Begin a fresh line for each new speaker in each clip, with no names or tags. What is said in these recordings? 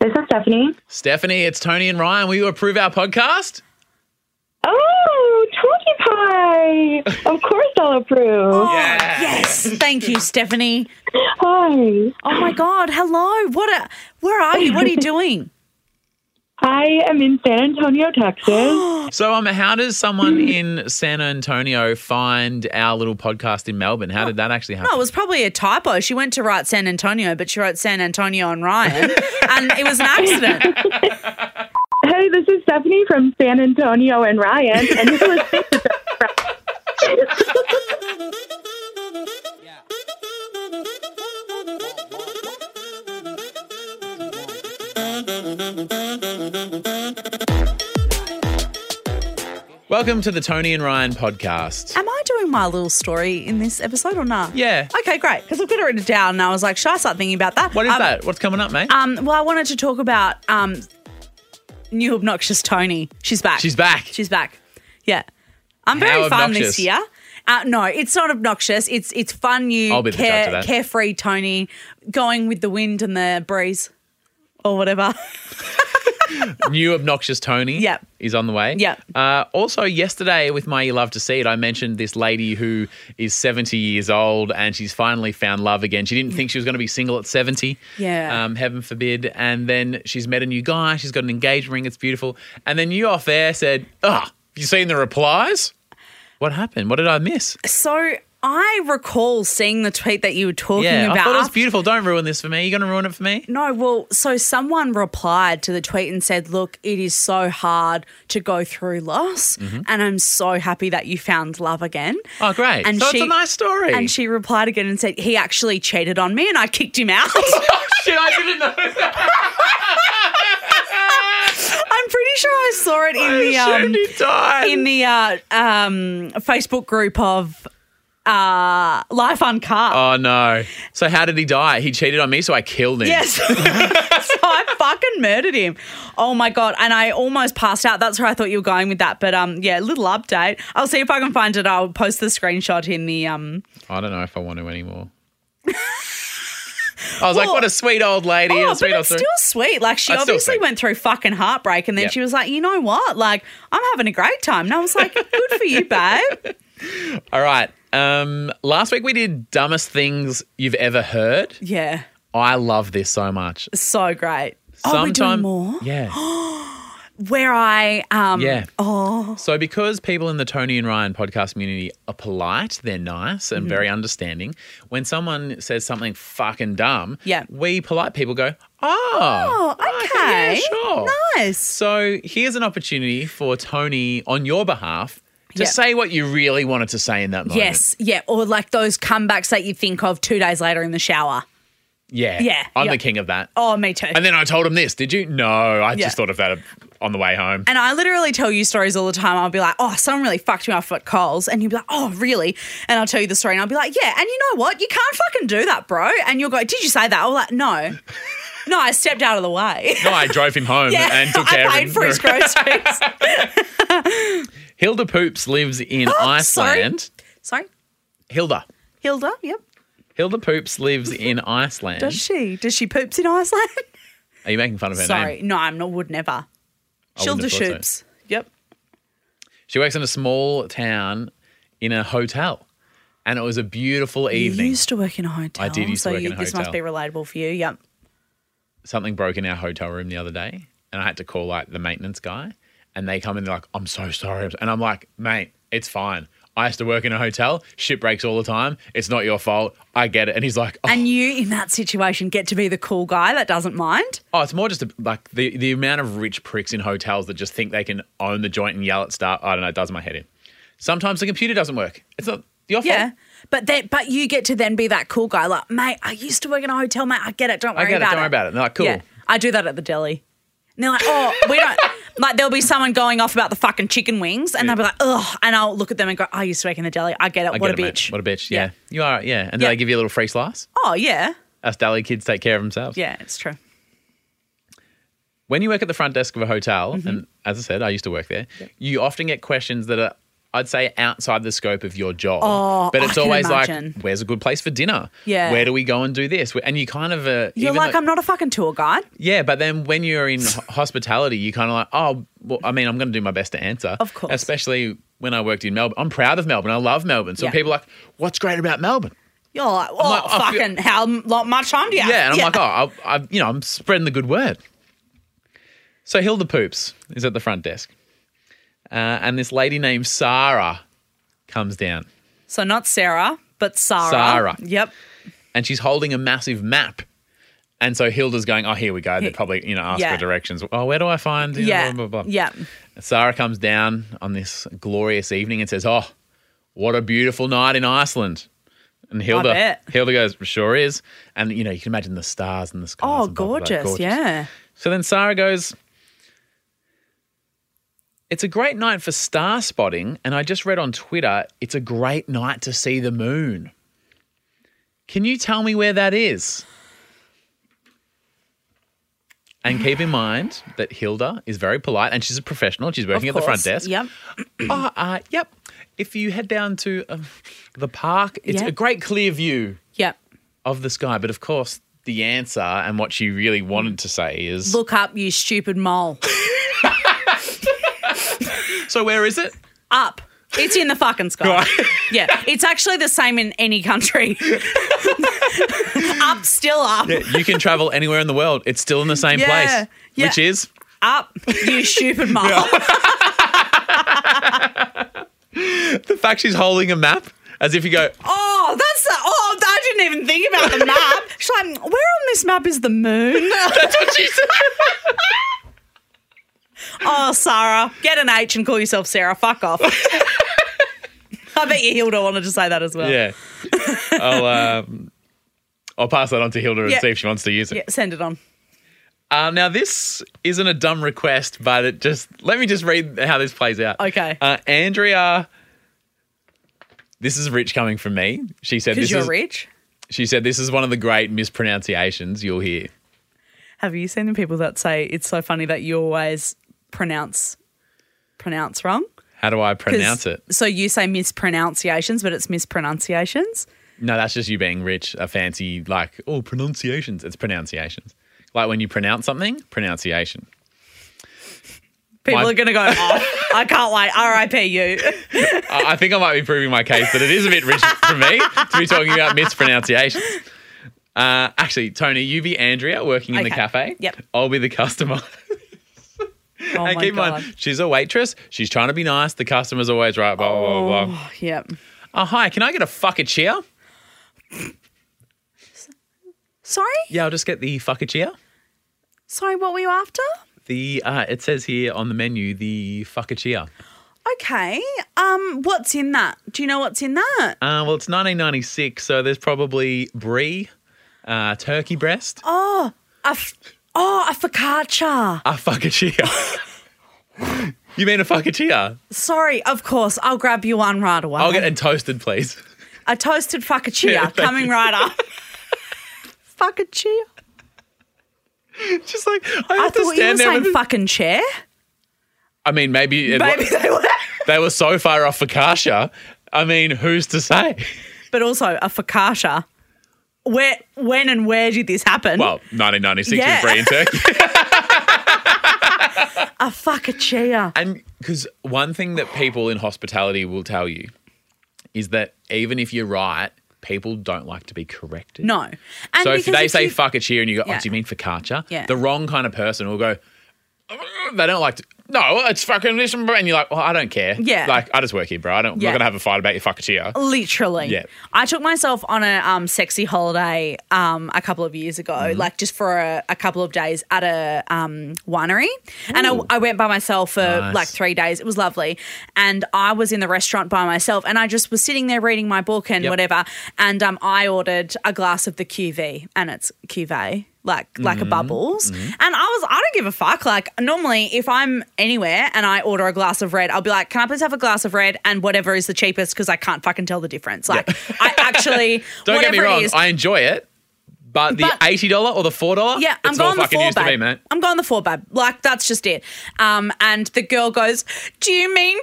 This is Stephanie.
Stephanie, it's Tony and Ryan. Will you approve our podcast?
Oh, Talkie Pie! of course I'll approve.
Oh, Yes. Thank you, Stephanie.
Hi.
Oh my God. Hello. What a where are you? What are you doing?
I am in San Antonio, Texas.
So, um, how does someone in San Antonio find our little podcast in Melbourne? How did that actually happen?
Oh, it was probably a typo. She went to write San Antonio, but she wrote San Antonio and Ryan. and it was an accident.
hey, this is Stephanie from San Antonio and Ryan. And Nicholas Fitz is
Welcome to the Tony and Ryan podcast.
Am I doing my little story in this episode or not?
Yeah.
Okay, great. Because I've got it written down and I was like, should I start thinking about that?
What is
Um,
that? What's coming up, mate?
Um, well, I wanted to talk about um, new obnoxious Tony. She's back.
She's back.
She's back. Yeah, I'm
How
very fun this
obnoxious?
year. Uh, no, it's not obnoxious. It's it's fun. You
I'll be the judge of that.
carefree Tony, going with the wind and the breeze, or whatever.
New obnoxious Tony.
Yep.
Is on the way.
Yep.
Uh, also, yesterday with my You Love to See It, I mentioned this lady who is 70 years old and she's finally found love again. She didn't think she was going to be single at 70.
Yeah.
Um, heaven forbid. And then she's met a new guy. She's got an engagement ring. It's beautiful. And then you off air said, ah, you seen the replies? What happened? What did I miss?
so I recall seeing the tweet that you were talking
yeah.
about.
I thought it was
after-
beautiful. Don't ruin this for me. You're going to ruin it for me?
No, well, so someone replied to the tweet and said, Look, it is so hard to go through loss, and I'm so happy that you found love again.
Mm-hmm. Oh, great.
And
so
she-
it's a nice story.
And she replied again and said, He actually cheated on me, and I kicked him out.
Shit, I didn't know
I'm pretty sure I saw it in the.
I assumed
Um,
he died.
in the uh, um, Facebook group of uh, Life on Car.
Oh no! So how did he die? He cheated on me, so I killed him.
Yes. so I fucking murdered him. Oh my god. And I almost passed out. That's where I thought you were going with that. But um yeah, little update. I'll see if I can find it. I'll post the screenshot in the um
I don't know if I want to anymore. I was like,
Well-
what a sweet old lady.
Oh,
a sweet
but
old
it's
story.
still sweet. Like she
That's still
obviously
sweet.
went through fucking heartbreak and then
Yep.
she was like, you know what? Like, I'm having a great time. And I was like, good for you, babe.
All right. Um, last week we did dumbest things you've ever heard.
Yeah.
I love this so much.
So great. Oh, we're doing
Sometime-
more.
Yeah.
Where I um
Yeah. oh. So because people in the Tony and Ryan podcast community are polite, they're nice
Mm-hmm.
and very understanding. When someone says something fucking dumb,
Yeah.
we polite people go, oh,
Oh,
yeah,
okay.
sure.
nice.
So here's an opportunity for Tony, on your behalf, to
Yeah.
say what you really wanted to say in that moment.
Yes, yeah, or like those comebacks that you think of two days later in the shower.
Yeah.
Yeah,
I'm
yeah.
the king of that.
Oh, me too.
And then I told him this. Did you? No, I
Yeah.
just thought of that on the way home.
And I literally tell you stories all the time. I'll be like, oh, someone really fucked me off at Coles. And you'll be like, oh, really? And I'll tell you the story. And I'll be like, yeah. And you know what? You can't fucking do that, bro. And you'll go, did you say that? I'll be like, no. No, I stepped out of the way.
no, I drove him home
yeah.
and took care
I paid
of him.
for his groceries.
Hilda Poops lives in
sorry.
Iceland.
Sorry.
Hilda.
Hilda, yep.
Hilda Poops lives in Iceland.
Does she? Does she poops in Iceland?
Are you making fun of her
Sorry.
name?
No, I'm not, would never.
I wouldn't
Shilda
have thought so.
shoops. Yep.
She works in a small town in a hotel. And it was a beautiful
You
evening.
used to work in a hotel.
I did used to
so
work in a
This
hotel. Oh.
must be relatable for you. Yep.
something broke in our hotel room the other day and I had to call like the maintenance guy and they come in they're like, I'm so sorry. And I'm like, mate, it's fine. I used to work in a hotel, shit breaks all the time. It's not your fault. I get it. And he's like, oh,
And you, in that situation, get to be the cool guy that doesn't mind.
oh, it's more just a, like the, the amount of rich pricks in hotels that just think they can own the joint and yell at staff. I don't know, it does my head in. Sometimes the computer doesn't work. It's not your fault.
Yeah. But then, but you get to then be that cool guy, like, mate, I used to work in a hotel, mate. I get it. Don't
I
worry
get it.
about
Don't worry about it. And they're like, cool.
Yeah, I do that at the deli. And they're like, oh, we don't. Like there'll be someone going off about the fucking chicken wings, and they'll be like, ugh. And I'll look at them and go, I used to work in the deli. I get it.
I
what
get
a
it, mate.
bitch.
What a bitch. Yeah. You are, yeah. And
Yeah.
then they give you a little free slice.
Oh yeah,
Us Dally kids take care of themselves.
yeah, it's true. Mm-hmm.
when you work at the front desk of a hotel, and as I said, I used to work there, you often get questions that are I'd say outside the scope of your job.
Oh,
but
I
it's
can
always
imagine.
like, where's a good place for dinner?
Yeah.
Where do we go and do this? And you kind of uh,
You're
even
like,
though-
I'm not a fucking tour guide.
yeah, but then when you're in ho- hospitality, you kind of like, oh, well, I mean, I'm going to do my best to answer.
Of course.
Especially when I worked in Melbourne. I'm proud of Melbourne. I love Melbourne. So
Yeah.
people are like, what's great about Melbourne?
You're like, oh,
like, I feel-
fucking, how m- lo- much time do you have?
Yeah, and I'm like, oh, I, I, you know, I'm spreading the good word. So Hilda Poops is at the front desk, uh, and this lady named Sarah comes down,
So not Sarah, but Sarah.
Sarah.
Yep.
and she's holding a massive map. And so Hilda's going, oh, here we go. They probably, you know, ask
Yeah.
for directions. Oh, where do I find? you know,
Yeah.
blah, blah, blah.
Yeah.
Sarah comes down on this glorious evening and says, "Oh, what a beautiful night in Iceland." And Hilda,
bet.
Hilda goes, "Sure is." And you know, you can imagine the stars in the sky.
Oh, gorgeous. Yeah.
So then Sarah goes, It's a great night for star spotting. And I just read on Twitter, it's a great night to see the moon. Can you tell me where that is? And keep in mind that Hilda is very polite and she's a professional. She's working at the front
course.
desk.
Yep.
Oh, uh, yep. If you head down to um, the park, it's
Yeah.
a great clear view
Yep.
of the sky. But of course, the answer and what she really wanted to say is
Look up, you stupid mole.
So where is it?
up. It's in the fucking sky.
Right.
Yeah. It's actually the same in any country. up, still up.
You can travel anywhere in the world. It's still in the same
Yeah,
place,
yeah.
which is
Up, you stupid mole.
the fact she's holding a map as if you go,
Oh, that's the. Oh, I didn't even think about the map. She's like, where on this map is the moon?
that's what she said.
Oh, Sarah, get an H and call yourself Sarah. Fuck off. I bet you Hilda wanted to say that as well.
Yeah. I'll, um, I'll pass that on to Hilda and
Yeah.
see if she wants to use it.
Yeah, send it on.
Uh, now, this isn't a dumb request, but it just let me just read how this plays out.
Okay.
Uh, Andrea, this is rich coming from me. She said
Because
this
you're
is
rich.
she said this is one of the great mispronunciations you'll hear.
Have you seen the people that say it's so funny that you always pronounce pronounce wrong?
How do I
'Cause-
pronounce it?
So you say mispronunciations, but it's mispronunciations.
No, that's just you being rich, a fancy, like, oh, pronunciations. It's pronunciations. Like when you pronounce something, pronunciation.
People
My-
are going to go, oh, I can't wait. R.I.P. you.
I, I think I might be proving my case that it is a bit rich for me to be talking about mispronunciations. Uh, actually, Tony, you be Andrea working in the
Okay.
cafe.
Yep.
I'll be the customer.
Oh
and
my
keep in
god.
mind, she's a waitress. She's trying to be nice. The customer's always right. Blah, blah, blah, blah.
Oh, yep.
Oh, hi. Can I get a fuck a cheer?
Sorry?
Yeah, I'll just get the fuck a cheer.
Sorry, what were you after?
The, uh, it says here on the menu, the fuck a cheer.
Okay. Um, what's in that? Do you know what's in that?
Uh, well, it's 1996, so there's probably brie, uh, turkey breast,
Oh. A f- oh, a focaccia.
a focaccia. you mean a focaccia?
Sorry, of course. I'll grab you one right away.
I'll get and toasted, please.
a toasted focaccia
Yeah, thank
coming right up. focaccia.
Just like I
I
have to
thought you were
stand there.
saying
With
fucking chair.
I mean, maybe, it,
Maybe they were.
they were so far off focaccia. I mean, who's to say?
But also a focaccia. Where, when and where did this happen?
Well, 1996
Yeah.
is brie and turkey.
a focaccia.
And because one thing that people in hospitality will tell you is that even if you're right, people don't like to be corrected.
No. And
so if
because
they say
you-
fuck a cheer and you go,
Yeah.
oh, do you mean focaccia?
Yeah.
The wrong kind of person will go, "Oh, they don't like to. No, it's fucking this and bro," and you're like, well, I don't care.
Yeah.
Like, I just work here, bro. I don't,
Yeah.
I'm not going to have a fight about your fuck a cheer.
Literally.
Yeah.
I took myself on a um, sexy holiday um, a couple of years ago,
Mm-hmm.
like just for a, a couple of days at a um, winery. And I,
Ooh.
I went by myself for
Nice.
like three days. It was lovely. And I was in the restaurant by myself and I just was sitting there reading my book and
Yep.
whatever. And um, I ordered a glass of the QV and it's cuvee. Like like
Mm-hmm.
a bubbles, and I was I don't give a fuck. Like normally, if I'm anywhere and I order a glass of red, I'll be like, "Can I please have a glass of red?" And whatever is the cheapest because I can't fucking tell the difference. Like I actually
Don't
whatever
get me
it
wrong,
is,
I enjoy it, But the
But-
eighty dollar or the four dollar,
Yeah, I'm
it's all
going the
fucking
four
used to
bab.
be, mate.
I'm going the four bab. Like that's just it. Um, and the girl goes, "Do you mean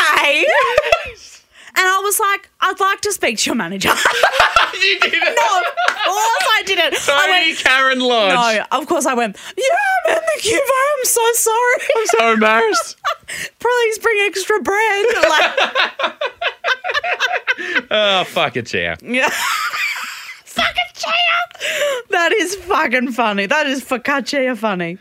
cuvee?" and I was like, "I'd like to speak to your manager." no, of course
you did it.
I didn't. I
Sorry,
went,
Karen Lodge.
no, of course I went. Yeah, I'm in the cuvee. I'm so sorry.
So embarrassed.
Please bring extra bread. Like,
oh fuck it, yeah.
yeah. Fucking chia. That is fucking funny. That is focaccia funny.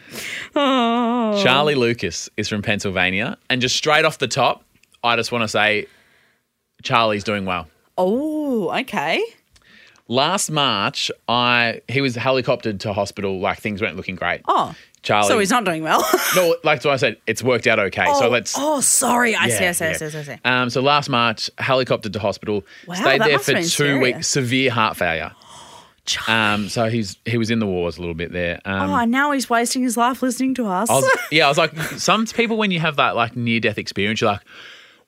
Oh.
Charlie Lucas is from Pennsylvania, and just straight off the top, I just want to say, Charlie's doing well.
Oh, okay.
Last March, I he was helicoptered to hospital. Like things weren't looking great.
Oh.
Charlie,
So he's not doing well.
no, like so I said, it's worked out okay. so let's.
Oh, sorry. I see.
Yeah,
I see.
yeah.
I see. I see.
Um, so last March, helicoptered to hospital.
Wow,
stayed
that
there
must
for
have
two
been
weeks. Severe heart failure.
Charlie.
Um, so he's he was in the wars a little bit there. Um,
oh, and now he's wasting his life listening to us.
I was, yeah, I was like, some people when you have that like near death experience, you're like,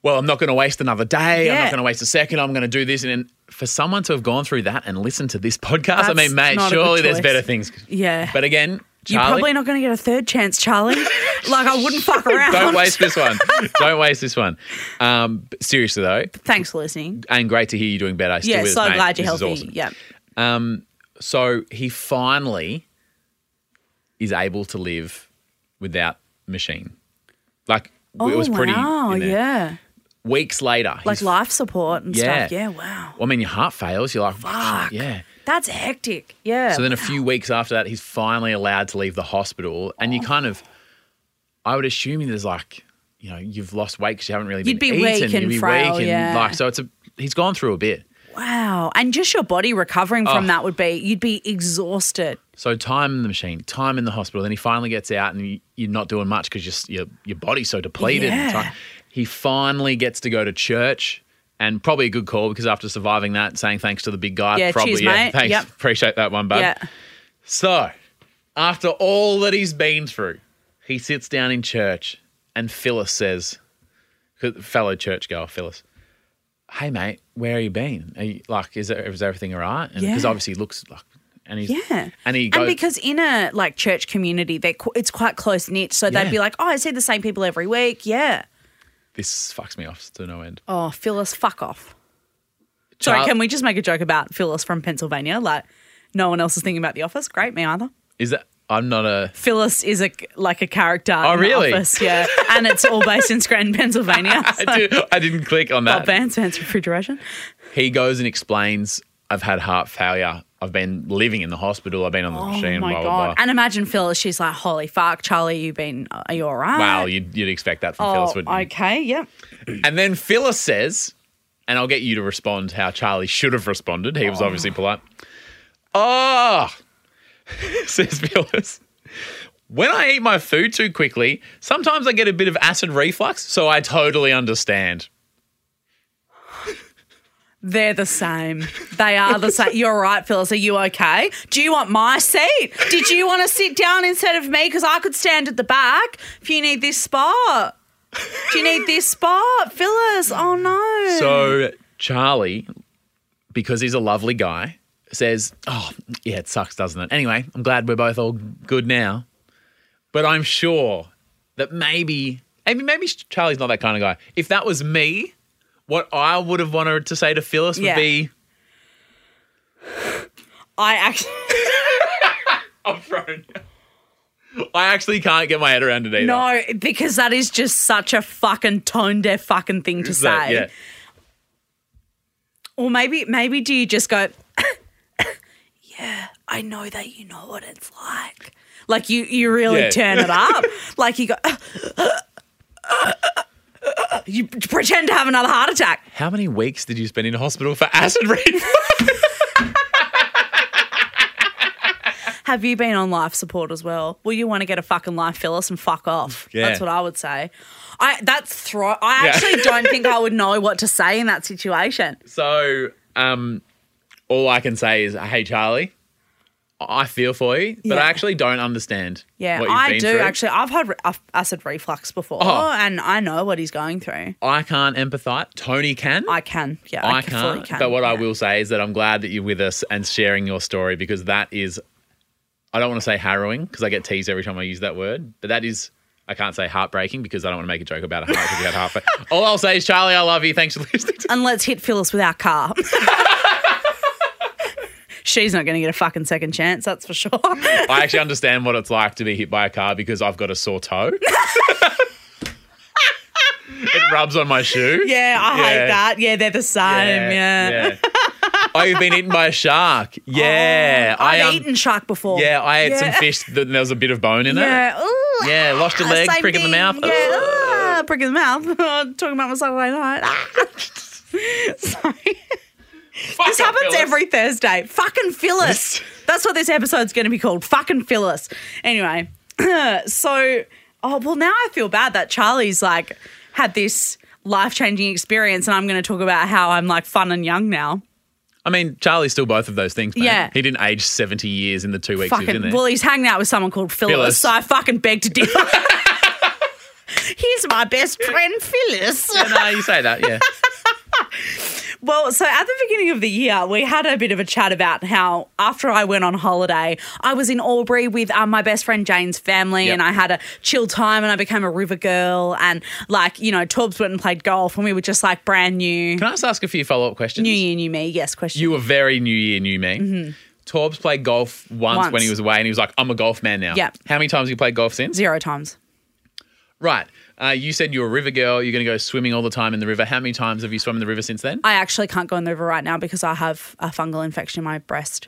well, I'm not going to waste another day. I'm
Yeah.
not going to waste a second. I'm going to do this. And then for someone to have gone through that and listened to this podcast, I
That's
mean, mate,
not a good
surely there's
choice.
better things.
yeah.
But again,
You're
Charlie,
probably not going to get a third chance, Charlie. like, I wouldn't fuck around.
don't waste this one. don't waste this one. Um, but seriously though,
Thanks for listening.
and great to hear you doing better. Still
Yeah,
with us,
so
mate.
glad you're
This is
healthy.
awesome.
Yeah.
So he finally is able to live without machine. Like
Oh,
it was pretty.
wow.
in there.
Yeah.
Weeks later,
Like
he's-
life support and
Yeah.
stuff. Yeah. Wow.
Well, I mean, your heart fails. You're like, fuck. Yeah.
That's hectic. Yeah.
So then a few weeks after that, he's finally allowed to leave the hospital. And you kind of, I would assume there's like, you know, you've lost weight because you haven't really
You'd
been
be weak
eating.
and frail, yeah.
like, so it's a, he's gone through a bit.
wow. And just your body recovering from
Oh.
that would be, you'd be exhausted.
So time in the machine, time in the hospital. Then he finally gets out, and you, you're not doing much because your your body's so depleted. and
Yeah.
time- He finally gets to go to church, and probably a good call because after surviving that, saying thanks to the big guy,
Yeah,
probably
cheers,
yeah,
mate.
thanks,
Yep.
appreciate that one, bud.
yeah.
So after all that he's been through, he sits down in church, and Phyllis says, fellow church girl Phyllis. Hey mate, where have you been? Are you, like, is, there, is everything all right? Because
Yeah.
obviously he looks like, and he's
Yeah.
and he goes,
because in a like church community, they qu- it's quite close knit, so
Yeah.
they'd be like, "Oh, I see the same people every week." Yeah.
this fucks me off to no end.
Oh, Phyllis, fuck off. Sorry,
Char-
can we just make a joke about Phyllis from Pennsylvania? Like, no one else is thinking about The Office. Great, me either.
Is that I'm not a
Phyllis is a like a character. Oh,
really?
The Office, yeah, and it's all based in Scranton, Pennsylvania. So.
I, did, I didn't click on that.
Bob Vance, Vance Refrigeration.
He goes and explains I've had heart failure. I've been living in the hospital. I've been on the machine.
oh my
blah,
god!
blah, blah.
And imagine Phyllis. She's like, "Holy fuck, Charlie, you been? uh, Are you all right?"
Wow, you'd, you'd expect that from Phyllis,
Oh,
wouldn't you?
okay. Yep.
And then Phyllis says, and I'll get you to respond how Charlie should have responded. He was obviously polite. Oh, says Phyllis. When I eat my food too quickly, sometimes I get a bit of acid reflux, so I totally understand.
They're the same. They are the same. You're right, Phyllis. Are you okay? Do you want my seat? Did you want to sit down instead of me? Because I could stand at the back if you need this spot. Do you need this spot, Phyllis? Oh, no.
So Charlie, because he's a lovely guy, says, "Oh, yeah, it sucks, doesn't it?" Anyway, I'm glad we're both all good now. But I'm sure that maybe, maybe, maybe Charlie's not that kind of guy. If that was me, what I would have wanted to say to Phyllis would
Yeah.
be,
I actually.
"I'm thrown. I actually can't get my head around it either."
No, because that is just such a fucking tone deaf fucking thing to
So,
say.
yeah.
Or maybe, maybe do you just go, yeah, I know that you know what it's like. Like you, you really
Yeah.
turn it up. like you go, you pretend to have another heart attack.
How many weeks did you spend in hospital for acid reflux?
Have you been on life support as well? Will you want to get a fucking life, Phyllis, and fuck off?
Yeah.
That's what I would say. I that's throw. I
Yeah.
actually don't think I would know what to say in that situation.
So, um, all I can say is, hey, Charlie, I feel for you, but
Yeah.
I actually don't understand.
Yeah,
what you've
I
been
do
through.
actually. I've had re- af- acid reflux before,
Oh.
and I know what he's going through.
I can't empathize. Tony can.
I can, yeah,
I
I, can fully
can't.
can.
But what I
yeah.
will say is that I'm glad that you're with us and sharing your story because that is, I don't want to say harrowing because I get teased every time I use that word, but that is, I can't say heartbreaking because I don't want to make a joke about a heart because you had heartbreak. All I'll say is, Charlie, I love you. Thanks for listening. To-
and let's hit Phyllis with our car. She's not going to get a fucking second chance, that's for sure.
I actually understand what it's like to be hit by a car because I've got a sore toe. it rubs on my shoe.
yeah, I
Yeah.
hate that. Yeah, they're the same. Yeah. Oh,
yeah. oh, you've been eaten by a shark. Yeah.
I've
um,
eaten shark before.
Yeah, I ate some
Yeah.
fish that there was a bit of bone in it.
Yeah. Ooh,
Yeah, lost a
ah,
leg,
same
prick in the
thing.
mouth.
Yeah, ah, prick in the mouth. Talking about my Saturday night. Ah. Sorry.
Fuck
This
up,
happens
Phyllis.
every Thursday. Fucking Phyllis. That's what this episode's going to be called. Fucking Phyllis. Anyway, so, oh, well, now I feel bad that Charlie's like had this life changing experience, and I'm going to talk about how I'm like fun and young now.
I mean, Charlie's still both of those things. Mate.
Yeah.
He didn't age 70 years in the two weeks he was in
Fucking,
there.
well, he's hanging out with someone called Phyllis,
Phyllis.
so I fucking beg to differ. He's my best friend, Phyllis.
Yeah, no, you say that, yeah.
Well, so at the beginning of the year, we had a bit of a chat about how after I went on holiday, I was in Albury with um, my best friend Jane's family,
Yep.
and I had a chill time, and I became a river girl, and like you know, Torbs went and played golf, and we were just like brand new,
Can I just ask a few follow up questions?
new year, new me. Yes, question.
You were very new year, new me. Torbs played golf once,
Mm-hmm. Once.
when he was away and he was like, I'm a golf man now.
Yep.
How many times have you played golf since?
Zero times.
Right. Uh, you said you're a river girl. You're going to go swimming all the time in the river. How many times have you swum in the river since then?
I actually can't go in the river right now because I have a fungal infection in my breast.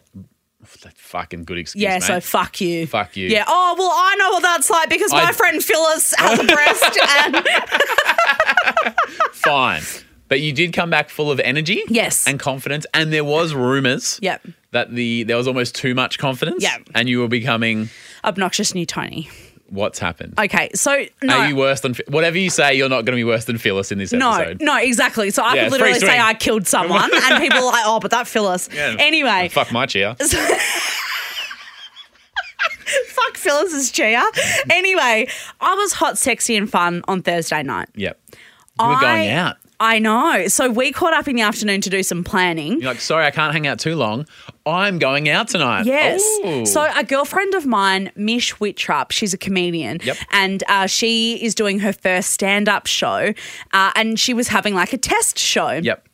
That's fucking good excuse.
Yeah,
mate.
so fuck you.
Fuck you.
Yeah. Oh well, I know what that's like because
I-
my friend Phyllis has a breast, and
fine. But you did come back full of energy,
Yes.
and confidence. And there was rumors,
Yep.
that the there was almost too much confidence,
Yep.
and you were becoming
obnoxious new Tony.
what's happened.
Okay, so no.
Are you worse than Phi- whatever you say? You're not going to be worse than Phyllis in this
No,
episode.
no, exactly. So I
Yeah,
could literally
free swing.
say I killed someone, and people are like, "Oh, but that Phyllis."
Yeah.
Anyway, fuck.
fuck my chair.
Phyllis's cheer. Anyway, I was hot, sexy, and fun on Thursday night.
Yep, you were going
I-
out.
I know. So we caught up in the afternoon to do some planning.
You're like, sorry, I can't hang out too long. I'm going out tonight. Oh.
Yes.
Ooh.
So a girlfriend of mine, Mish Whitrup, she's a comedian,
Yep.
and uh, she is doing her first stand-up show, uh, and she was having like a test show.
yep.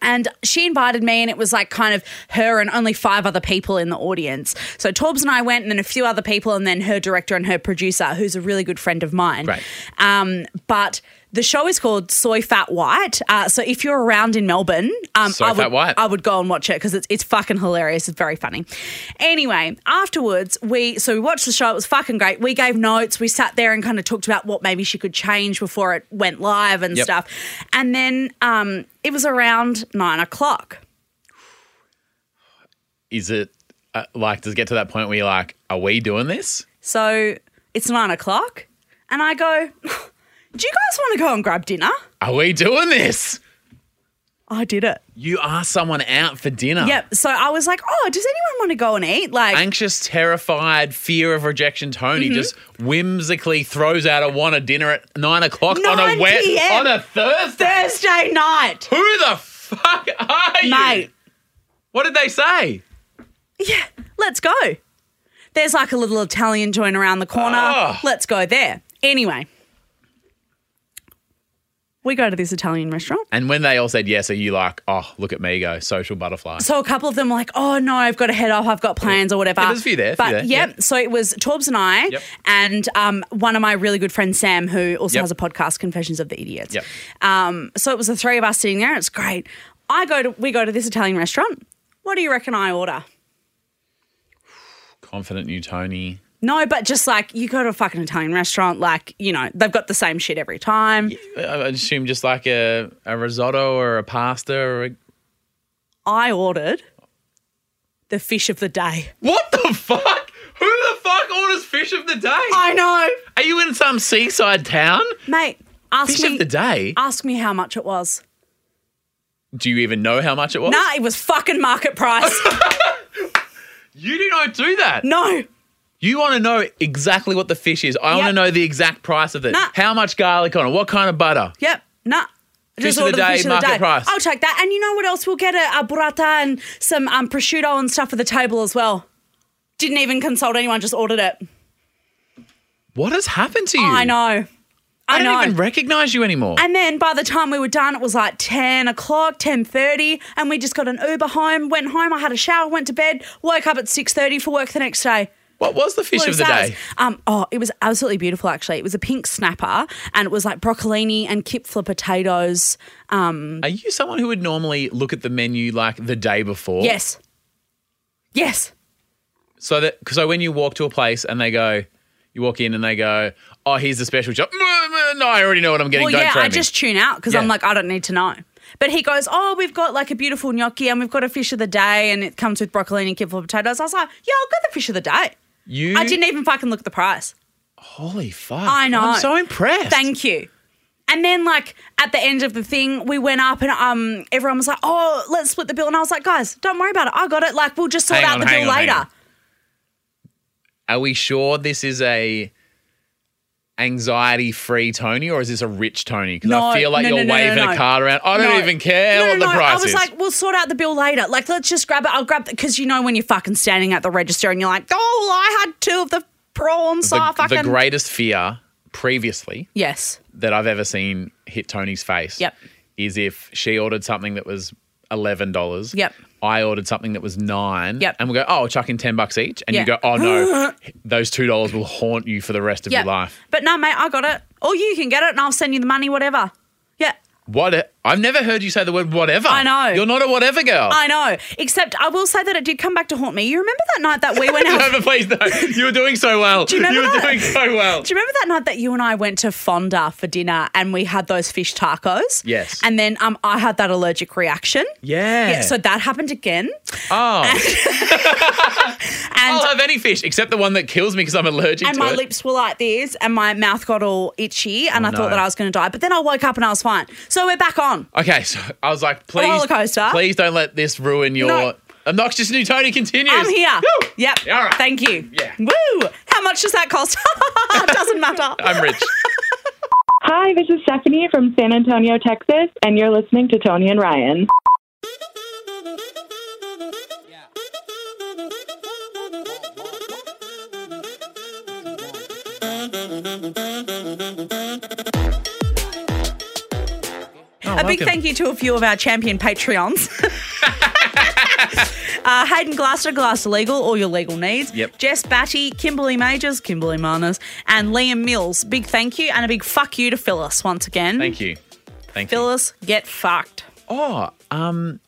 And she invited me, and it was like kind of her and only five other people in the audience. So Torbs and I went, and then a few other people, and then her director and her producer, who's a really good friend of mine.
Great.
Um, but the show is called Soy Fat White. Uh, so if you're around in Melbourne, um,
Soy
I, would,
Fat White.
I would go and watch it because it's, it's fucking hilarious. It's very funny. Anyway, afterwards, we so we watched the show. It was fucking great. We gave notes. We sat there and kind of talked about what maybe she could change before it went live and
Yep.
stuff. And then um, it was around nine o'clock.
Is it uh, like does it get to that point where you're like, are we doing this?
So it's nine o'clock, and I go, "Do you guys want to go and grab dinner?"
Are we doing this?
I did it.
You asked someone out for dinner.
Yep. So I was like, "Oh, does anyone want to go and eat?" Like,
anxious, terrified, fear of rejection. Tony
Mm-hmm.
just whimsically throws out a want a dinner at nine o'clock on a
9
wet
PM.
on a Thursday.
Thursday night,
Who the fuck are you?
mate.
What did they say?
Yeah, let's go. There's like a little Italian joint around the corner.
Ah.
Let's go there. Anyway, we go to this Italian restaurant.
And when they all said yes, are you like, oh, look at me go, social butterfly?
So a couple of them were like, oh no, I've got to head off. I've got plans or whatever.
Yeah, there's a few there, a few
But
there,
yep.
yeah.
So it was Torbs and I,
Yep.
and um, one of my really good friends, Sam, who also
Yep.
has a podcast, Confessions of the Idiots.
Yep.
Um, so it was the three of us sitting there. It's great. I go to we go to this Italian restaurant. What do you reckon I order?
Confident new Tony.
No, but just like you go to a fucking Italian restaurant, like, you know, they've got the same shit every time.
I I assume just like a, a risotto or a pasta or a.
I ordered the fish of the day.
What the fuck? Who the fuck orders fish of the day?
I know.
Are you in some seaside town?
Mate, ask
Fish
me
of the day?
ask me how much it was.
Do you even know how much it was?
Nah, it was fucking market price.
You do not do that.
No.
You want to know exactly what the fish is. I want to
Yep.
know the exact price of it.
Nah.
How much garlic on it? What kind of butter?
Yep. Nah.
Fish
Just
of the
order the
day,
fish of the
market
day.
price.
I'll take that. And you know what else? We'll get a, a burrata and some um, prosciutto and stuff for the table as well. Didn't even consult anyone, just ordered it.
What has happened to you?
Oh, I know. I,
I don't
know.
even recognize you anymore.
And then by the time we were done, it was like ten o'clock, ten thirty, and we just got an Uber home. Went home. I had a shower, went to bed, woke up at six thirty for work the next day.
what was the fish
Blue
of the
stars.
day?
Um, oh, it was absolutely beautiful. Actually, it was a pink snapper, and it was like broccolini and kipfler potatoes.
Are you someone who would normally look at the menu like the day before?
Yes, yes,
So that so when you walk to a place and they go, you walk in and they go, oh, here's the special shop. No, I already know what I'm getting.
Well,
Don't
yeah,
throw
I
me.
just tune out because
Yeah.
I'm like, I don't need to know. But he goes, Oh, we've got like a beautiful gnocchi and we've got a fish of the day and it comes with broccolini and kipfler potatoes. I was like, Yeah, I'll get the fish of the day.
you
I didn't even fucking look at the price.
Holy fuck!
I know.
I'm so impressed.
Thank you. And then, like at the end of the thing, we went up and um, everyone was like, "Oh, let's split the bill." And I was like, "Guys, don't worry about it. I got it. Like, we'll just sort
Hang
out
on,
the
hang
bill
on, hang
later."
on. Are we sure this is a anxiety-free Tony or is this a rich Tony? Because
No,
I feel like
no,
you're
no, no, no,
waving
no.
a card around. I don't
No.
even care
No, no,
what the
no.
price
I was
is.
like, "We'll sort out the bill later. Like, let's just grab it. I'll grab because you know when you're fucking standing at the register and you're like, "Oh, I had two of the prawns. so I
the,
fucking
the greatest fear previously
yes,
that I've ever seen hit Tony's face.
Yep.
Is if she ordered something that was eleven dollars.
Yep.
I ordered something that was nine.
Yep.
And we go, oh, I'll chuck in ten bucks each, and you
Yeah.
go, oh no, those two dollars will haunt you for the rest of
yeah."
your life.
But no, mate, I got it. Or you can get it, and I'll send you the money, whatever. Yeah.
What? A- I've never heard you say the word whatever.
I know.
You're not a whatever girl.
I know, except I will say that it did come back to haunt me. You remember that night that we went out
no, but please, no. You were doing so well.
you remember
were
that?
doing so well.
Do you remember that night that you and I went to Fonda for dinner and we had those fish tacos?
Yes.
And then um, I had that allergic reaction.
Yeah.
so that happened again.
oh,
And
I'll have any fish except the one that kills me because I'm allergic
and
to
my
it.
lips were like this and my mouth got all itchy and I
Oh, no.
thought that I was going to die. But then I woke up and I was fine. So we're back on.
Okay, so I was like, please,
roller coaster.
please don't let this ruin your
No.
obnoxious new Tony continues.
I'm here.
Woo!
Yep.
All right.
Thank you.
Yeah.
Woo. How much does that cost? Doesn't matter.
I'm rich.
Hi, this is Stephanie from San Antonio, Texas, and you're listening to Tony and Ryan.
a big thank you to a few of our champion Patreons. Uh, Hayden Glaster, Glaster Legal, all your legal needs.
Yep.
Jess Batty, Kimberly Majors, Kimberly Marners, and Liam Mills. Big thank you and a big fuck you to Phyllis once again.
Thank you. Thank you.
Phyllis, get fucked.
Oh, um,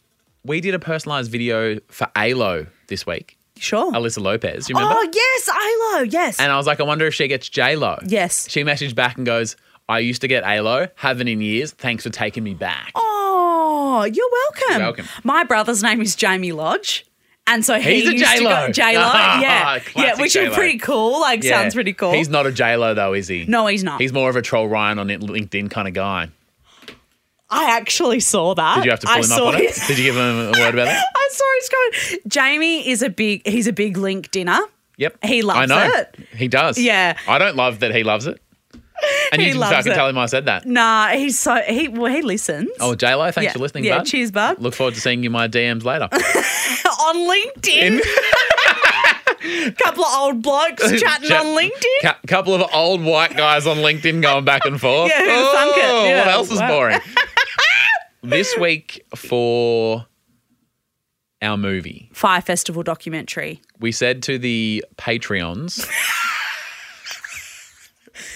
we did a personalized video for ALO this week.
Sure.
Alyssa Lopez, you remember?
Oh, yes, ILO, yes.
And I was like, I wonder if she gets J Lo.
Yes.
She messaged back and goes, I used to get ALO, haven't in years. Thanks for taking me back.
Oh, you're welcome.
You're welcome.
My brother's name is Jamie Lodge. And so he
He's a
used to
J-Lo.
go- J-Lo, yeah.
Classic
yeah, which
J-Lo.
is pretty cool. Like,
Yeah.
sounds pretty cool.
He's not a J Lo though, is he?
no, he's not.
He's more of a troll Ryan on LinkedIn kind of guy.
I actually saw that.
Did you have to pull
I
him up
saw
on it?
his-
Did you give him a word about it?
I saw his comment. Jamie is a big. He's a big LinkedIner.
Yep.
He loves
I know.
it.
He does.
Yeah.
I don't love that he loves it. And
He
you can, so I
loves
can
it.
tell him I said that.
Nah, he's so he well he listens.
Oh, JLo, thanks
Yeah.
for listening,
Yeah,
bud.
cheers, bud.
Look forward to seeing you in my DMs later.
on LinkedIn. Couple of old blokes chatting
Chat-
on LinkedIn.
Cou- couple of old white guys on LinkedIn going back and forth.
Yeah, who'd have
oh,
thunk it?
What
Yeah,
else is
wow.
boring? this week for our movie,
Fire Festival documentary.
we said to the Patreons.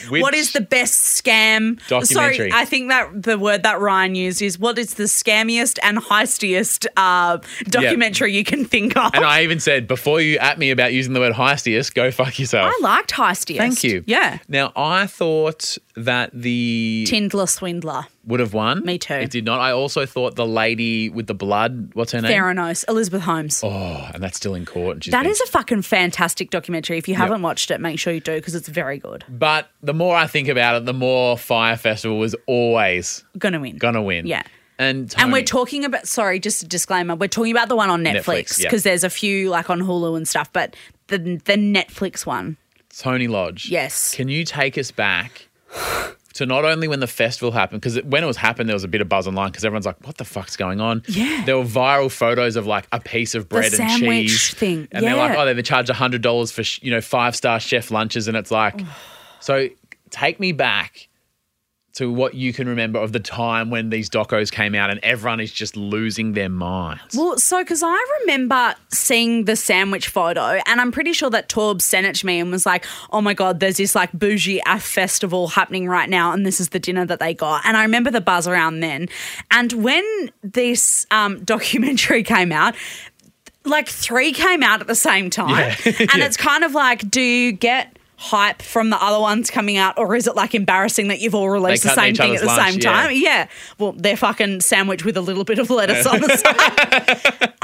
what is the best scam?
Documentary.
Sorry, I think that the word that Ryan used is what is the scammiest and heistiest uh, documentary you can think of.
And I even said before you at me about using the word heistiest, go fuck yourself.
I liked heistiest.
Thank you.
Yeah.
Now I thought that the
Tindler swindler.
would have won.
Me too.
It did not. I also thought the lady with the blood. What's her name?
Theranos. Elizabeth Holmes.
Oh, and that's still in court. And she's
That
been-
is a fucking fantastic documentary. If you haven't watched it, make sure you do because it's very good.
But the more I think about it, the more Fire Festival was always
Gonna win.
gonna win.
Yeah.
And
And we're
Tony-
talking about, sorry, just a disclaimer, we're talking about the one on Netflix
Netflix, yeah.
because there's a few like on Hulu and stuff, but the, the Netflix one.
Tony Lodge.
Yes.
Can you take us back to not only when the festival happened, because when it was happened, there was a bit of buzz online because everyone's like, what the fuck's going on?
Yeah.
There were viral photos of like a piece of bread and
sandwich
cheese.
thing,
And they're like,
yeah.
oh, they charge $100 for, sh- you know, five star chef lunches. And it's like, so take me back to what you can remember of the time when these docos came out and everyone is just losing their minds.
Well, so because I remember seeing the sandwich photo, and I'm pretty sure that Torb sent it to me and was like, "Oh my god, there's this like bougie af festival happening right now, and this is the dinner that they got." And I remember the buzz around then. And when this um, documentary came out. Like three came out at the same time.
Yeah.
And it's kind of like, do you get hype from the other ones coming out, or is it like embarrassing that you've all released the
cut
same
each
thing
other's
at the
lunch,
same
yeah.
time? Yeah. Well, they're fucking sandwich with a little bit of lettuce on the side. But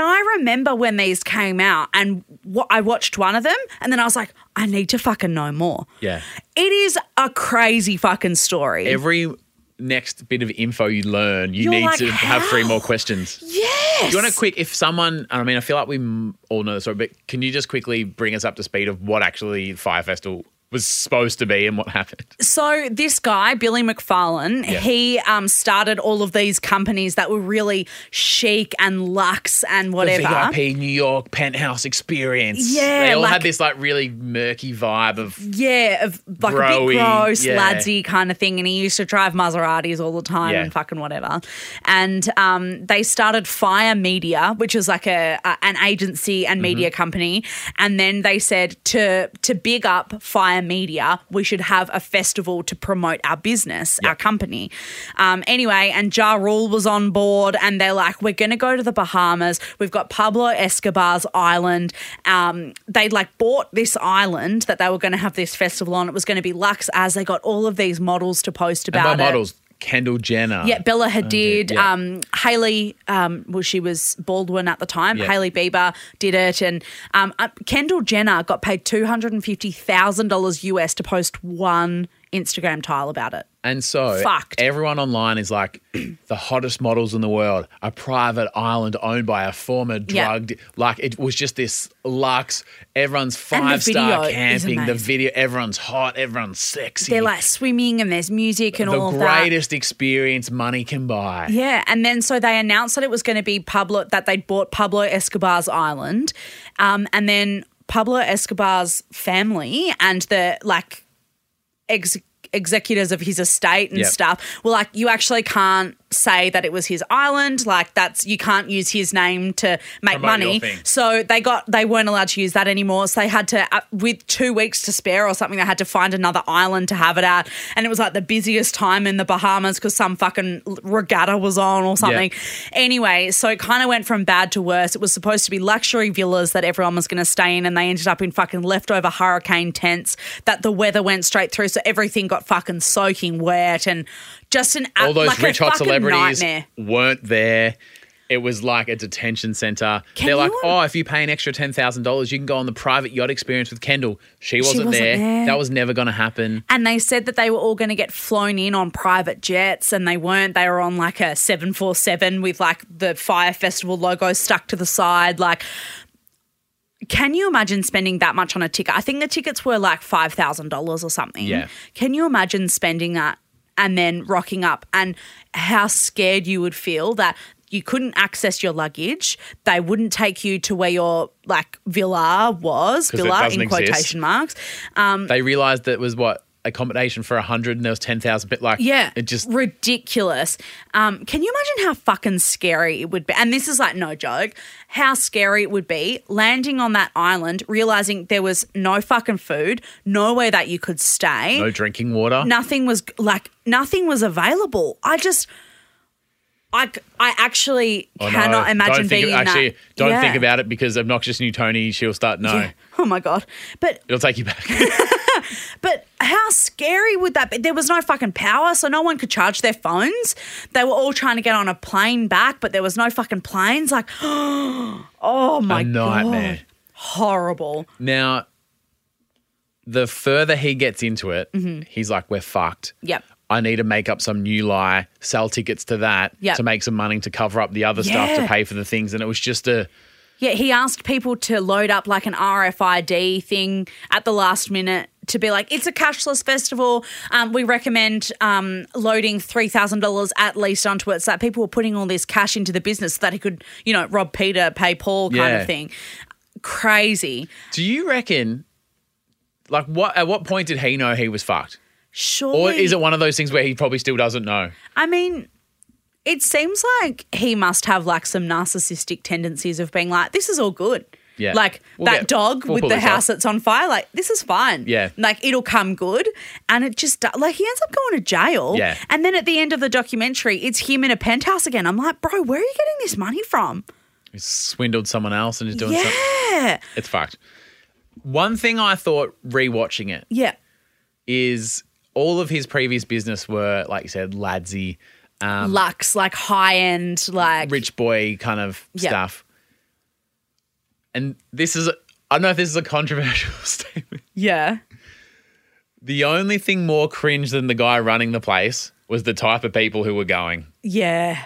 I remember when these came out and wa- I watched one of them and then I was like, I need to fucking know more.
Yeah.
It is a crazy fucking story.
Every next bit of info you learn, you
You're
need
like,
to have three
how?
more questions.
yes.
Do you want to quick, if someone, I mean, I feel like we m- all know this story, but can you just quickly bring us up to speed of what actually Fire Festival was supposed to be and what happened?
So this guy, Billy McFarlane,
Yeah.
he um, started all of these companies that were really chic and luxe and whatever.
VIP New York penthouse experience.
Yeah,
They all
like-
had this like really murky vibe of,
Yeah, of like a
Bro-y,
bit gross,
yeah.
ladsy kind of thing. And he used to drive Maseratis all the time
Yeah.
and fucking whatever. And um, they started Fire Media, which is like a, a an agency
Mm-hmm.
and media company. And then they said to to big up Fire Media, we should have a festival to promote our business, our company. Um, anyway, and Ja Rule was on board, and they're like, we're going to go to the Bahamas. We've got Pablo Escobar's island. Um, they like bought this island that they were going to have this festival on. It was going to be luxe as they got all of these models to post
and
about
by
it.
models, Kendall Jenner.
Yeah, Bella Hadid,
yeah.
um, Haley. Um, well, she was Baldwin at the time.
Yeah.
Haley Bieber did it, and um, uh, Kendall Jenner got paid two hundred and fifty thousand dollars US to post one Instagram tile about it.
And so
Fucked.
everyone online is like, the hottest models in the world, a private island owned by a former
Yeah.
drugged. Like it was just this luxe. Everyone's
And the
five star
video is
camping. The
amazing.
video, everyone's hot, everyone's sexy.
They're like swimming, and there's music and
the
all of that.
greatest experience money can buy.
Yeah, and then so they announced that it was going to be Pablo that they'd bought Pablo Escobar's island, um, and then Pablo Escobar's family and the like ex- executors of his estate and
Yep.
stuff were like, you actually can't say that it was his island. Like that's you can't use his name to make
Promote your
money.
thing.
So they got they weren't allowed to use that anymore. So they had to uh, with two weeks to spare or something, they had to find another island to have it at. And it was like the busiest time in the Bahamas because some fucking regatta was on or something. Anyway, so it kind of went from bad to worse. It was supposed to be luxury villas that everyone was going to stay in, and they ended up in fucking leftover hurricane tents that the weather went straight through. So everything got fucking soaking wet and just an
All those
like
rich
a
hot
fucking
celebrities
nightmare.
weren't there. It was like a detention center.
Can
They're
you
like,
im-
oh, if you pay an extra ten thousand dollars, you can go on the private yacht experience with Kendall. She wasn't,
wasn't there.
That was never going to happen.
And they said that they were all going to get flown in on private jets, and they weren't. They were on like a 747 with like the Fire Festival logo stuck to the side. Like, can you imagine spending that much on a ticket? I think the tickets were like $5,000 or something.
Yeah.
Can you imagine spending that and then rocking up and how scared you would feel that you couldn't access your luggage? They wouldn't take you to where your like villa was,
'Cause it
villa
doesn't
in
exist.
quotation marks. Mm.
They realized that it was what accommodation for a hundred, and there was ten thousand. Bit like
Yeah.
it just
ridiculous. Um, can you imagine how fucking scary it would be? And this is like no joke. How scary it would be landing on that island, realizing there was no fucking food, nowhere that you could stay.
no drinking water.
Nothing was like nothing was available. I just I, c- I actually
Oh, no.
cannot imagine
don't think,
being in
actually.
that.
Don't
Yeah.
think about it because obnoxious new Tony. She'll start no.
Yeah. Oh my god. But
It'll take you back.
But how scary would that be? There was no fucking power, so no one could charge their phones. They were all trying to get on a plane back, but there was no fucking planes. Like, oh my
a nightmare.
god, horrible.
Now, the further he gets into it, he's like, we're fucked.
Mm-hmm. Yep.
I need to make up some new lie, sell tickets to that
Yep.
to make some money to cover up the other stuff to
Yeah.
pay for the things. And it was just a
Yeah, he asked people to load up like an RFID thing at the last minute to be like, it's a cashless festival. Um, we recommend um, loading $3,000 at least onto it. So that people were putting all this cash into the business so that he could, you know, rob Peter, pay Paul kind
Yeah.
of thing. Crazy.
Do you reckon like what at what point did he know he was fucked?
Surely.
Or is it one of those things where he probably still doesn't know?
I mean, it seems like he must have like some narcissistic tendencies of being like, this is all good.
Yeah.
Like
We'll
that
get-
dog
we'll pull
with the
this
house
off.
that's on fire, like this is fine.
Yeah.
Like it'll come good. And it just, do- like he ends up going to jail.
Yeah.
And then at the end of the documentary, it's him in a penthouse again. I'm like, bro, where are you getting this money from?
He's swindled someone else and is doing something.
Yeah.
It's fucked. One thing I thought rewatching it
Yeah.
is all of his previous business were, like you said, ladsy, Um,
Lux, like high end, like.
rich boy kind of
Yeah.
stuff. And this is, I don't know if this is a controversial statement.
Yeah.
The only thing more cringe than the guy running the place was the type of people who were going.
Yeah.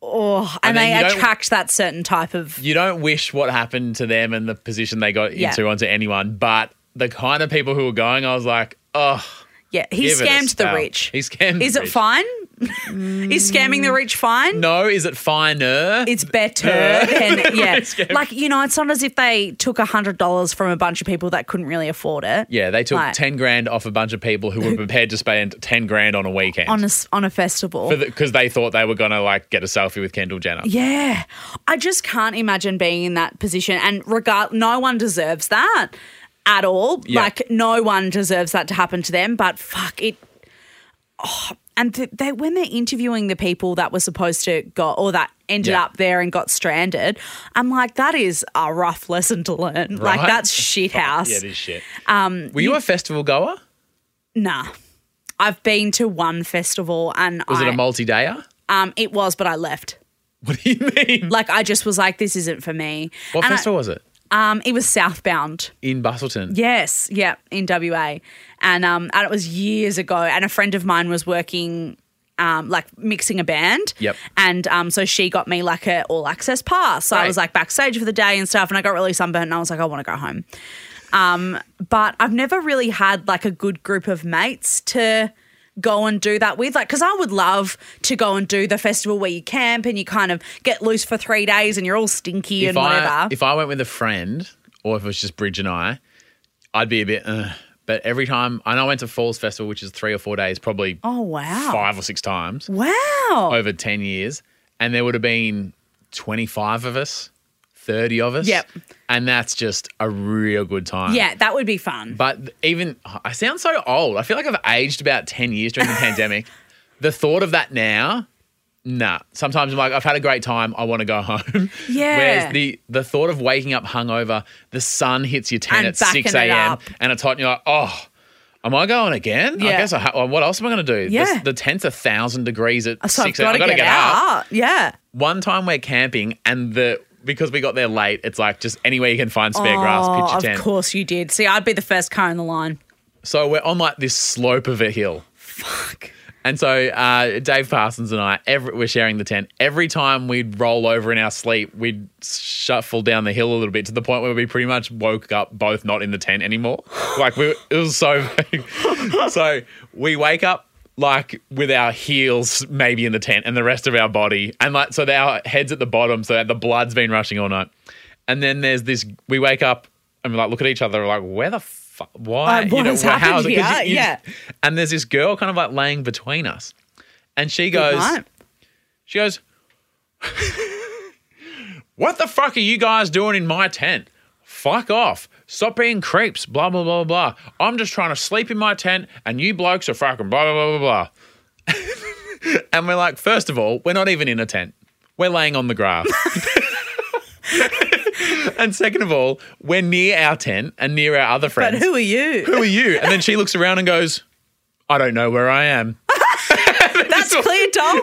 Oh,
And
and,
then you
they
don't-
attract that certain type of
You don't wish what happened to them and the position they got
Yeah.
into onto anyone, but the kind of people who were going, I was like, oh,
Yeah, he
Give it a
scammed the
spell.
rich.
He scammed
Is
the
it
rich.
fine? Is scamming the rich fine?
no, is it finer?
It's better than yeah. Like you know, it's not as if they took hundred dollars from a bunch of people that couldn't really afford it.
Yeah, they took
Like,
ten grand off a bunch of people who were prepared to spend ten grand on a weekend
on a s- on a festival.
because they thought they were gonna like get a selfie with Kendall Jenner.
yeah, I just can't imagine being in that position. And regard, no one deserves that at all.
Yeah.
Like no one deserves that to happen to them. But fuck it. oh, and th- they when they're interviewing the people that were supposed to go or that ended
Yeah.
up there and got stranded, I'm like, that is a rough lesson to learn. Like
Right?
that's shit house.
Yeah, this shit. Um, were you, a festival goer?
Nah. I've been to one festival and
Was it
I
a multi-dayer?
um it was, but I left.
What do you mean?
Like I just was like, this isn't for me.
What
And I-
festival was it?
um, it was Southbound.
In Bustleton.
Yes, yeah, in WA, and um, and it was years ago. And a friend of mine was working, um, like mixing a band.
Yep.
And um, so she got me like a all access pass. So I
Right.
was like backstage for the day and stuff, and I got really sunburnt, and I was like, I want to go home. Um, but I've never really had like a good group of mates to go and do that with like because i would love to go and do the festival where you camp and you kind of get loose for three days and you're all stinky
If
and whatever
I if I went with a friend or if it was just Bridge and I, I'd be a bit. Uh, but every time, and I went to Falls Festival, which is three or four days, probably
oh wow
five or six times.
wow
over 10 years and there would have been 25 of us 30 of us
Yep.
and that's just a real good time
Yeah, that would be fun.
but even i sound so old i feel like i've aged about 10 years during the pandemic the thought of that now nah sometimes i'm like i've had a great time i want to go home
Yeah.
whereas the the thought of waking up hungover the sun hits your tent
And
at 6
backing it
a.m
up.
and it's hot and you're like oh Am I going again? I
Yeah.
guess I ha- well, what else am I going to do?
Yeah.
The, the tent's a thousand degrees at
so I've
6 a.m.
got to
I've got
get, out. Yeah.
one time we're camping and the because we got there late, it's like just anywhere you can find spare grass, pitch
Oh,
your
of
tent.
course you did. See, I'd be the first car in the line.
So we're on like this slope of a hill.
Fuck.
And so uh, Dave Parsons and I, every, we're sharing the tent. Every time we'd roll over in our sleep, we'd shuffle down the hill a little bit to the point where we pretty much woke up both not in the tent anymore. Like we, it was so. so we wake up like with our heels maybe in the tent and the rest of our body, and like so that our heads at the bottom, so that the blood's been rushing all night. And then there's this. We wake up and we like look at each other, we're like, where the. fuck? Why?
Uh, what has
well, how
happened
is it- 'cause
here? Yeah.
and there's this girl kind of like laying between us. And she goes,
Right.
she goes, What the fuck are you guys doing in my tent? Fuck off. Stop being creeps. Blah, blah, blah, blah. blah. I'm just trying to sleep in my tent and you blokes are fucking blah, blah, blah, blah, blah. and we're like, First of all, we're not even in a tent. We're laying on the grass. and second of all, we're near our tent and near our other friends
But who are you?
who are you? And then she looks around and goes, I don't know where I am.
That's clear, Tom.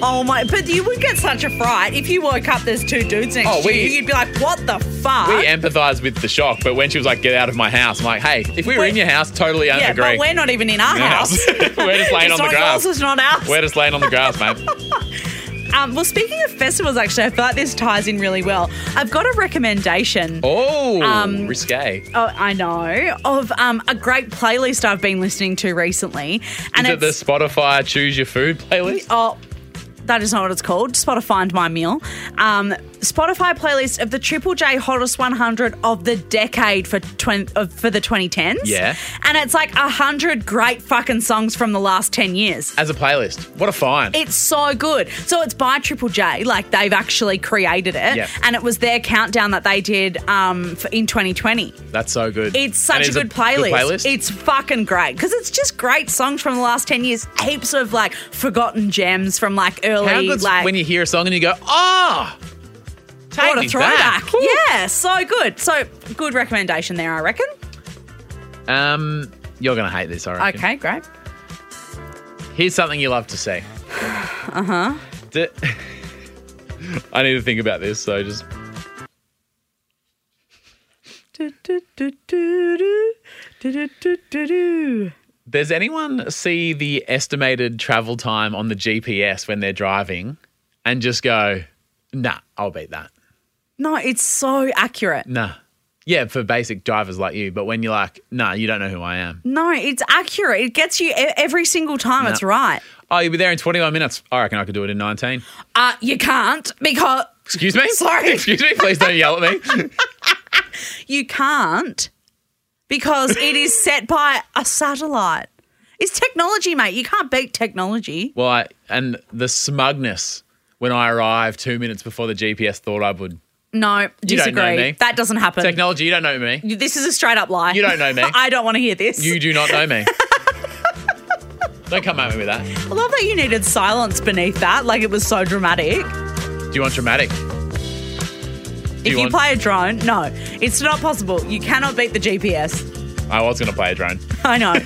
Oh my! But you would get such a fright if you woke up. There's two dudes next
Oh,
to you.
we-
You'd be like, "What the fuck?"
We empathize with the shock, but when she was like, "Get out of my house," I'm like, "Hey, if we were
Wait.
in your house, totally
yeah,
agree."
but we're not even in our
In our
house.
house. We're just laying
it's
on the
not
grass.
Yours, it's not ours.
We're just laying on the grass, mate.
Um, well, speaking of festivals, actually, I feel like this ties in really well. I've got a recommendation.
Oh,
Um,
risque. Is
Oh, I know of um, a great playlist I've been listening to recently, and
it the
it's
Spotify Choose Your Food playlist?
oh, that is not what it's called. Spotify Find My Meal, um, Spotify playlist of the Triple J Hottest 100 of the decade for 20, of, for the 2010s.
Yeah.
and it's like hundred great fucking songs from the last ten years.
As a playlist. What a find.
It's so good. So it's by Triple J, like they've actually created it,
Yep.
and it was their countdown that they did um, for, in 2020.
That's so good.
It's such
And
a
is
good
it
playlist.
playlist?
It's fucking great because it's just great songs from the last ten years. Heaps of like forgotten gems from like
How
early
good's
like
when you hear a song and you go, ah, take
what
me
a throwback.
back. Woo.
Yeah, so good. So good recommendation there, I reckon.
Um, you're gonna hate this, I reckon.
Okay, great.
Here's something you love to see. Uh huh. I need to think about this, so just
Do, do, do, do, do. Do, do, do, do, do.
Does anyone see the estimated travel time on the GPS when they're driving and just go, nah, I'll beat that?
No, it's so accurate.
Nah. Yeah, for basic drivers like you, but when you're like, nah, you don't know who I am.
No, it's accurate. It gets you e- every single time. It's right.
Oh, you'll be there in 21 minutes. I reckon I could do it in 19.
Uh, you can't because
Excuse me?
Sorry.
Excuse me? Please don't yell at me.
you can't because it is set by a satellite. It's technology, mate. You can't beat technology.
Well, I, and the smugness when I arrived two minutes before the GPS thought I would.
No,
don't
disagree.
know me.
That doesn't happen.
Technology, you don't know me.
this is a straight up lie.
You don't know me.
I don't want to hear this.
You do not know me. don't come at me with that.
I love that you needed silence beneath that. Like it was so dramatic.
Do you want dramatic?
if you
want-
play a drone, no, it's not possible. You cannot beat the GPS.
I was going to play a drone.
I know.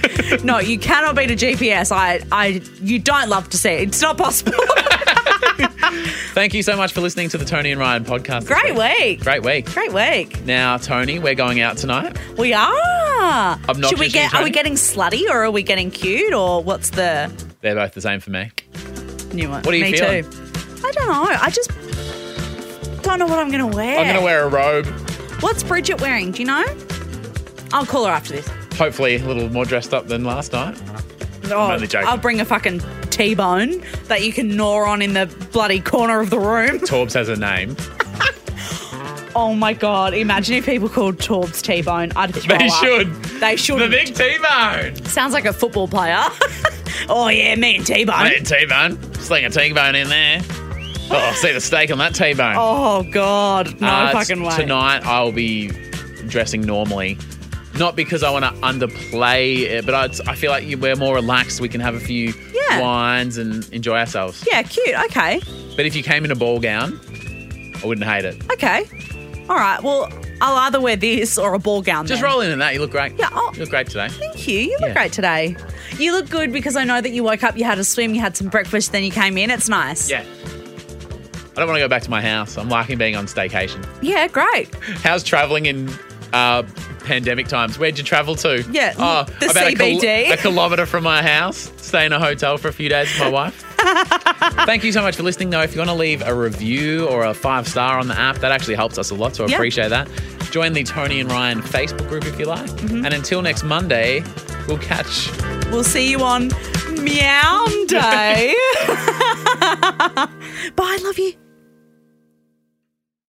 no, you cannot beat a GPS. I, I, you don't love to see it. It's not possible.
Thank you so much for listening to the Tony and Ryan podcast. this
Great
week.
week.
Great week.
Great week.
Now, Tony, we're going out tonight.
We are.
Obnoxious
Should we
and
get? Are
tiny.
we getting slutty or are we getting cute or what's the
They're both the same for me.
new one?
What are you
Me
feeling?
too. I don't know. I just don't know what I'm gonna wear.
I'm going to wear a robe,
What's Bridget wearing? Do you know? I'll call her after this.
hopefully a little more dressed up than last night.
Oh,
only joking.
I'll bring a fucking T-bone that you can gnaw on in the bloody corner of the room.
Torbs has a name.
Oh my god! Imagine if people called Torbs T-Bone. I'd throw
They
up.
should.
They
The
should.
big T-bone.
Sounds like a football player. oh yeah, me and T-Bone.
Mate, T-bone. Sling a T-bone in there. Oh, see the steak on that T-bone.
Oh god, no
Uh,
fucking
t-
way.
Tonight I'll be dressing normally. Not because I want to underplay it, but I, I feel like you- we're more relaxed. We can have a few
Yeah.
wines and enjoy ourselves.
Yeah, cute. Okay,
But if you came in a ball gown, I wouldn't hate it.
okay. All right. Well, I'll either wear this or a ball gown.
Just
then.
roll in in that. You look great.
Yeah, I'll-
you look great today.
Thank you. You look
Yeah.
great today. You look good because I know that you woke up, you had a swim, you had some breakfast, then you came in. It's nice.
Yeah. I don't want to go back to my house. I'm liking being on staycation.
Yeah, great.
How's traveling in uh, pandemic times? Where'd you travel to?
Yeah,
oh,
the
about a kil-
CBD.
A, kilometre from my house. Stay in a hotel for a few days with my wife. Thank you so much for listening, though. If you want to leave a review or a five star on the app, that actually helps us a lot, so I
Yeah.
appreciate that. Join the Tony and Ryan Facebook group if you like.
Mm-hmm.
And until next Monday, we'll catch.
We'll see you on Meow Day. Bye. Love you.